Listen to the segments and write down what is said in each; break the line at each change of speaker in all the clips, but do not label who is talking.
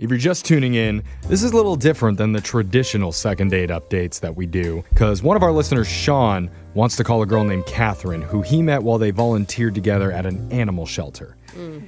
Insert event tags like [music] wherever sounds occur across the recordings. If you're just tuning in, this is a little different than the traditional second date updates that we do, because one of our listeners, Sean, wants to call a girl named Catherine who he met while they volunteered together at an animal shelter.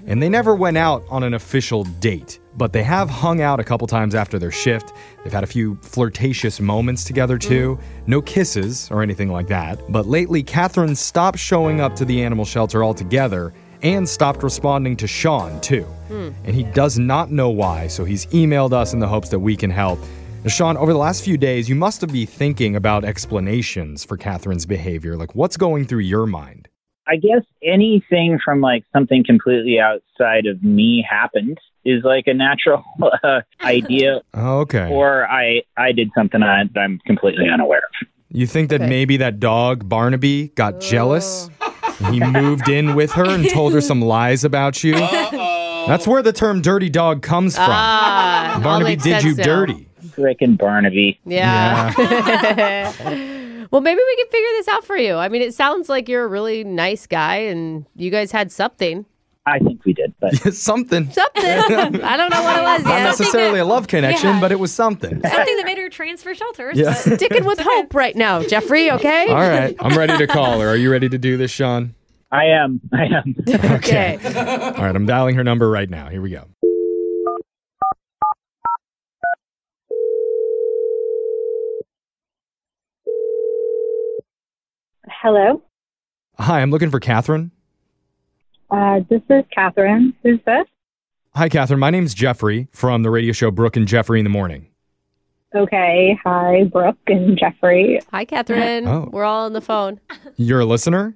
And they never went out on an official date, but they have hung out a couple times after their shift. They've had a few flirtatious moments together, too. No kisses or anything like that. But lately, Catherine stopped showing up to the animal shelter altogether and stopped responding to Sean, too. And he does not know why, so he's emailed us in the hopes that we can help. Now, Sean, over the last few days, you must have been thinking about explanations for Catherine's behavior. Like, what's going through your mind?
I guess anything from like something completely outside of me happened is like a natural [laughs] uh, idea,
Oh, Okay.
or I I did something I, I'm completely unaware of.
You think that
Okay.
maybe that dog Barnaby got jealous? and He moved in with her and told her some lies about you. That's where the term "dirty dog" comes from.
Ah, all
Barnaby
makes
did
sense
you
now.
dirty.
Frickin' Barnaby.
Yeah. well, maybe we can figure this out for you. I mean, it sounds like you're a really nice guy and you guys had something.
I think we did,
[laughs]
but
something.
Something. I don't know what it was
Not
yet.
necessarily a love connection,
Yeah.
but it was something. [laughs]
Something that made her transfer shelters.
Yeah.
But
[laughs]
Sticking with hope right now, Jeffrey, okay?
All right, [laughs] I'm ready to call her. Are you ready to do this, Sean?
I am. I am.
Okay.
All right, I'm dialing her number right now. Here we go.
Hello,
Hi, I'm looking for Catherine.
uh, this is Catherine. Who's this?
Hi, Catherine. My name's Jeffrey from the radio show Brooke and Jeffrey in the Morning.
Okay, hi, Brooke and Jeffrey.
Hi, Catherine.
Oh.
We're all on the phone.
You're a listener?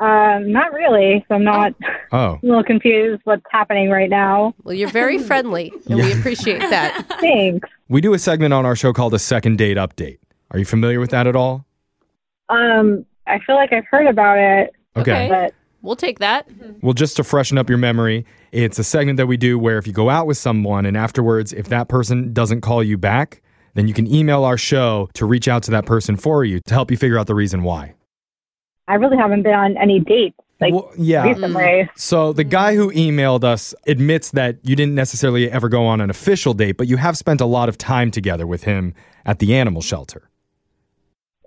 Um, not really. So I'm not [laughs]
Oh,
a little confused what's happening right now.
Well, you're very friendly and we appreciate that.
Thanks.
we do a segment on our show called a second date update. Are you familiar with that at all?
Um, I feel like I've heard about it,
Okay.
but
We'll take that.
Well, just to freshen up your memory, it's a segment that we do where if you go out with someone and afterwards, if that person doesn't call you back, then you can email our show to reach out to that person for you to help you figure out the reason why.
I really haven't been on any dates like
Well, yeah.
recently.
So the guy who emailed us admits that you didn't necessarily ever go on an official date, but you have spent a lot of time together with him at the animal shelter.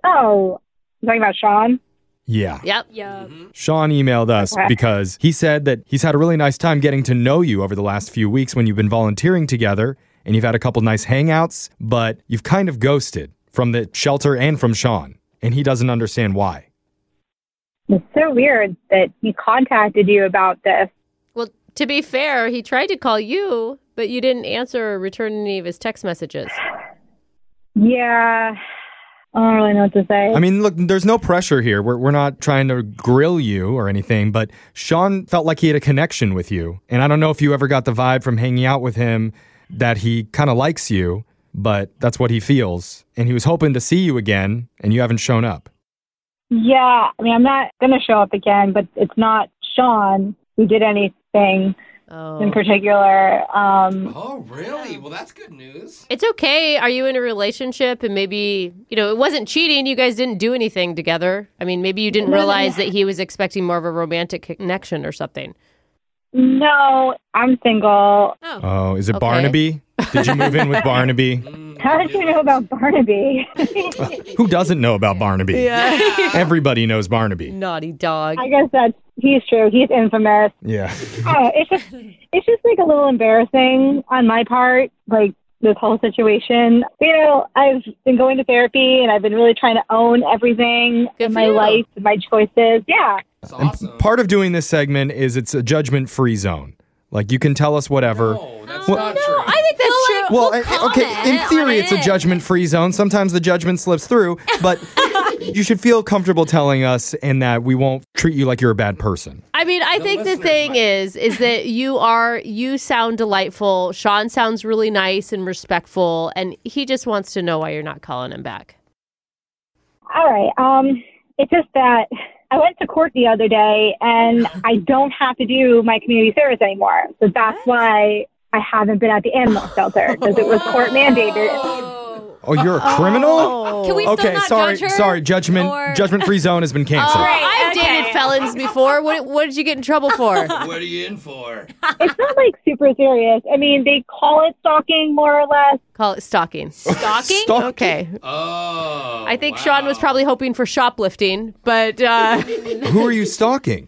Oh, you talking about Sean.
Yeah.
Yep.
yeah.
Mm-hmm.
Sean emailed us
Okay.
because he said that he's had a really nice time getting to know you over the last few weeks when you've been volunteering together and you've had a couple nice hangouts, but you've kind of ghosted from the shelter and from Sean, and he doesn't understand why.
It's so weird that he contacted you about this.
Well, to be fair, he tried to call you, but you didn't answer or return any of his text messages.
Yeah, I don't really know what to say.
I mean, look, there's no pressure here. We're, we're not trying to grill you or anything, but Sean felt like he had a connection with you. And I don't know if you ever got the vibe from hanging out with him that he kind of likes you, but that's what he feels. And he was hoping to see you again, and you haven't shown up.
yeah, I mean, I'm not gonna show up again, but it's not Sean who did anything. in
Oh.
particular. Um,
Oh, really? Well, that's good news.
It's okay. Are you in a relationship and maybe, you know, it wasn't cheating. You guys didn't do anything together. I mean, maybe you didn't realize that he was expecting more of a romantic connection or something.
no, I'm single.
Oh.
Oh, is it
Okay.
Barnaby? Did you move in with Barnaby?
Oh,
Mm,
How did you know about Barnaby? [laughs]
Who doesn't know about Barnaby?
Yeah.
Everybody knows Barnaby.
[laughs] Naughty dog.
I guess that's he's true. He's infamous.
Yeah.
Uh, it's just
[laughs]
it's just like a little embarrassing on my part, like this whole situation. You know, I've been going to therapy and I've been really trying to own everything
Good
in
for
my
you.
life, my choices. Yeah.
That's
And
awesome.
part of doing this segment is it's a judgment free zone. Like you can tell us whatever.
No, Oh, that's
Well-
not true.
I think that's true.
Well,
We'll
I- okay, in
comment
theory,
on
it's a
it.
judgment free zone. Sometimes the judgment slips through, but
[laughs]
you should feel comfortable telling us and that we won't treat you like you're a bad person.
I mean, I think the
listeners
thing
might-
is, is that you are, you sound delightful. Sean sounds really nice and respectful. And he just wants to know why you're not calling him back.
All right. Um, it's just that I went to court the other day, and I don't have to do my community service anymore. So
[laughs]
that's why I haven't been at the animal shelter because it was court mandated.
Oh.
Oh, you're a criminal?
Can we still
Oh, Okay,
not
sorry,
judge her?
sorry. Judgment,
Or- [laughs]
judgment free zone has been
Oh,
canceled.
Right,
I've
okay.
dated felons before. What, what did you get in trouble for?
What are you in for?
It's not like super serious. I mean, they call it stalking more or less.
Call it stalking.
Stalking?
Stalking?
Okay.
Oh.
I think
wow.
Sean was probably hoping for shoplifting, but uh,
Who are you stalking?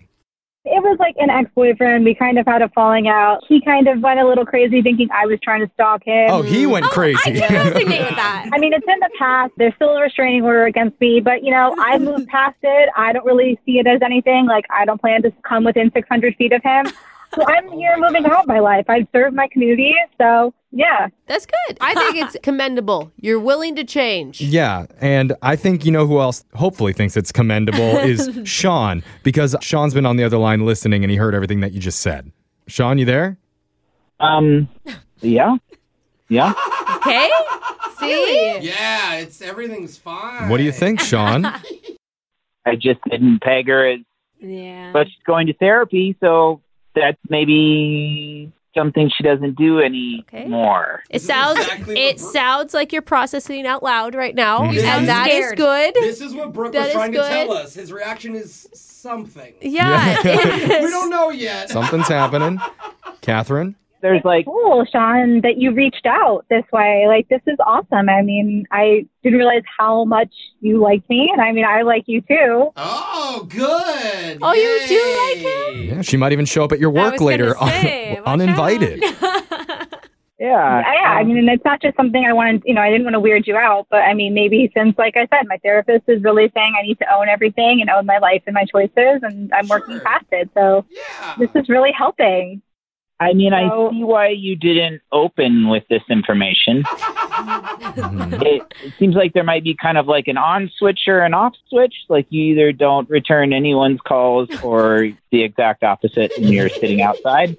It was like an ex boyfriend. We kind of had a falling out. He kind of went a little crazy thinking I was trying to stalk him.
Oh, he went
Mm. I
crazy.
can
[laughs]
resonate with that.
I mean, it's in the past. There's still a restraining order against me, but you know, I've moved past it. I don't really see it as anything. Like, I don't plan to come within 600 feet of him. So I'm here moving on my life. I've served my community. So, yeah.
that's good. I think it's [laughs] commendable. You're willing to change.
Yeah, and I think you know who else hopefully thinks it's
[laughs]
commendable is Sean because Sean's been on the other line listening and he heard everything that you just said. Sean, you there?
Um, yeah, yeah.
Okay? See?
Yeah, it's everything's fine.
What do you
[laughs]
think, Sean?
I just didn't peg her as,
Yeah.
but she's going to therapy, so that's maybe something she doesn't do
Okay.
anymore.
It
This is
sounds
exactly
it
what-
sounds like you're processing out loud right now,
Mhm. You
and
sound
that is
scared.
good.
[laughs] This is what Brooke
That
was
is
trying
good.
to tell us. His reaction is
[laughs]
something.
Yeah.
[laughs] We don't know yet.
Something's happening. Catherine?
There's like
Cool, Sean, that you reached out this way. Like, this is awesome. I mean, I didn't realize how much you liked me. And I mean, I like you too.
Oh, good.
Oh, you do like
him?
Yeah, she might even show up at your work
was gonna
later un-
say, watch [laughs]
uninvited.
yeah,
yeah, I mean, and it's not just something I wanted, you know, I didn't want to weird you out, but I mean, maybe since, like I said, my therapist is really saying I need to own everything and own my life and my choices, and I'm working
Sure.
past it. So
Yeah. [laughs]
this is really helping.
I mean,
So-
I see why you didn't open with this information.
Mhm.
it, it seems like there might be kind of like an on switch or an off switch. Like you either don't return anyone's calls or the exact opposite, and you're sitting outside.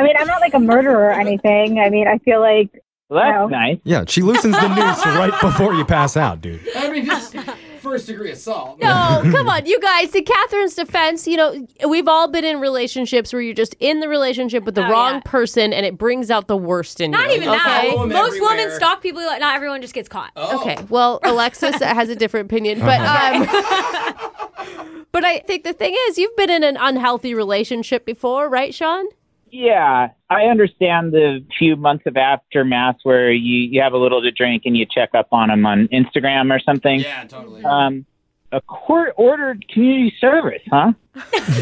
I mean, I'm not like a murderer or anything. I mean, I feel like
Well, that's
No.
nice.
Yeah, she loosens the noose right before you pass out, dude.
I mean,
[laughs]
just first degree assault.
No, come on, you guys. To Catherine's defense, you know, we've all been in relationships where you're just in the relationship with the
Oh,
wrong
yeah.
person and it brings out the worst in you.
Not even
okay?
that.
Follow 'em
Most women
everywhere.
stalk people. Like, not everyone just gets caught.
Oh.
Okay. Well, Alexis [laughs] has a different opinion, but um,
Uh-huh.
[laughs] but I think the thing is, you've been in an unhealthy relationship before, right, Sean?
Yeah, I understand the few months of aftermath where you you have a little to drink and you check up on them on Instagram or something.
Yeah, totally.
Uh,
Um, a court ordered community service, huh?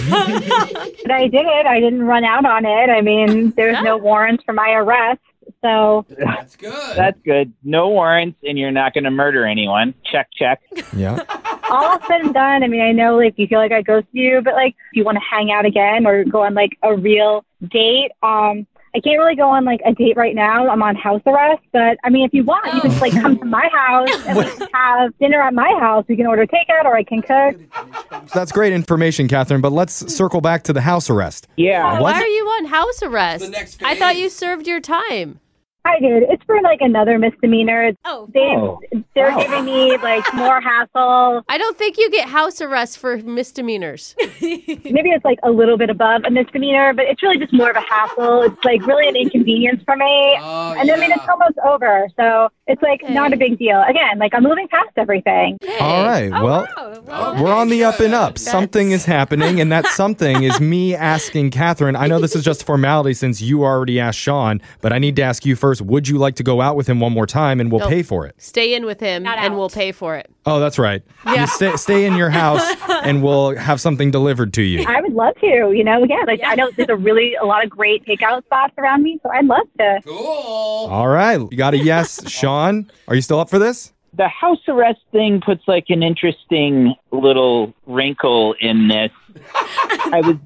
but I did it. I didn't run out on it. I mean, there's no warrants for my arrest. So
That's good.
That's good. No warrants, and you're not going to murder anyone. Check, check.
Yeah.
all said and done, I mean, I know like you feel like I ghosted you, but like if you want to hang out again or go on like a real date, um, I can't really go on like a date right now. I'm on house arrest, but I mean, if you want, you can just like come to my house and like, have dinner at my house. We can order takeout or I can cook.
That's great information, Catherine, but let's circle back to the house arrest.
Yeah.
What?
Why are you on house arrest?
The next
I thought
phase.
you served your time.
I did. It's for like another misdemeanor.
Oh.
They
Oh.
they're
Wow.
giving me like more hassle.
I don't think you get house arrest for misdemeanors.
Maybe it's like a little bit above a misdemeanor, but it's really just more of a hassle. It's like really an inconvenience for me.
Oh,
And I mean, it's almost over. So it's like
Okay.
not a big deal. Again, like I'm moving past everything.
All right.
Oh,
well,
wow.
Oh.
We're on the up and up.
That's-
Something is happening, and that something is me asking Catherine. I know this is just a formality since you already asked Sean, but I need to ask you first would you like to go out with him one more time and we'll
Nope.
pay for it?
Stay in with him,
Not
and
out.
we'll pay for it.
Oh, that's right.
Yeah.
You stay, stay in your house and we'll have something delivered to you.
I would love to, you know, again, like
Yeah.
I know there's a really, a lot of great takeout spots around me. So I'd love to.
Cool.
All right. You got a yes, Sean. Are you still up for this?
the house arrest thing puts like an interesting little wrinkle in this. I was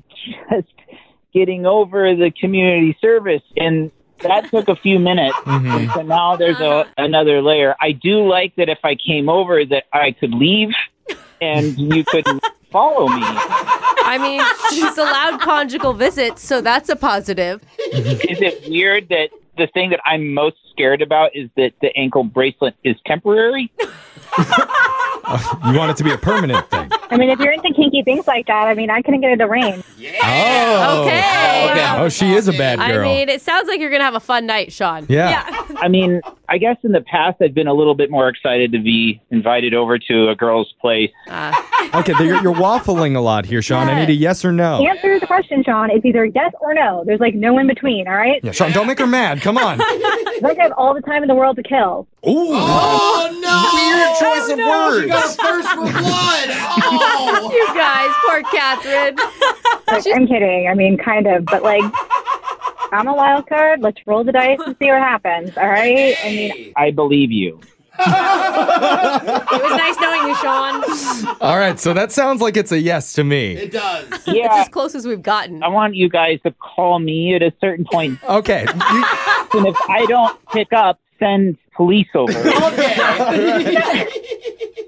just getting over the community service and that took a few minutes. And so now there's a, another layer. I do like that if I came over that I could leave and you couldn't follow me.
I
[laughs]
mean, she's allowed conjugal visits, so that's a positive.
Is it weird that the thing that I'm most scared about is that the ankle bracelet is temporary?
Oh, You want it to be a permanent thing.
I mean, if you're into kinky things like that, I mean, I couldn't get it arranged.
Yeah.
Okay.
Oh, she is a bad
I
girl.
mean, it sounds like you're gonna have a fun night, Sean.
yeah.
Yeah.
I mean, I guess in the past I've been a little bit more excited to be invited over to a girl's place.
Ah.
Okay, there- you're, you're waffling a lot here, Sean. I need a yes or no.
Answer the question, Sean. It's either yes or no. There's like no in between, all right?
Yeah, Sean, don't make her mad. Come on.
Like I have all the time in the world to kill.
Ooh.
Oh
Weird
no!
choice of
She
words.
got a thirst for blood.
[laughs]
Oh.
you guys, poor Catherine.
Like, I'm kidding. I mean, kind of, but like, I'm a wild card. Let's roll the dice and see what happens. All right. I mean,
I believe you.
It was nice knowing you, Sean.
All right, so that sounds like it's a yes to me.
It does.
It's
Yeah,
as close as we've gotten.
I want you guys to call me at a certain point,
Okay. you-
and if
[laughs]
I don't pick up, send police over.
Okay.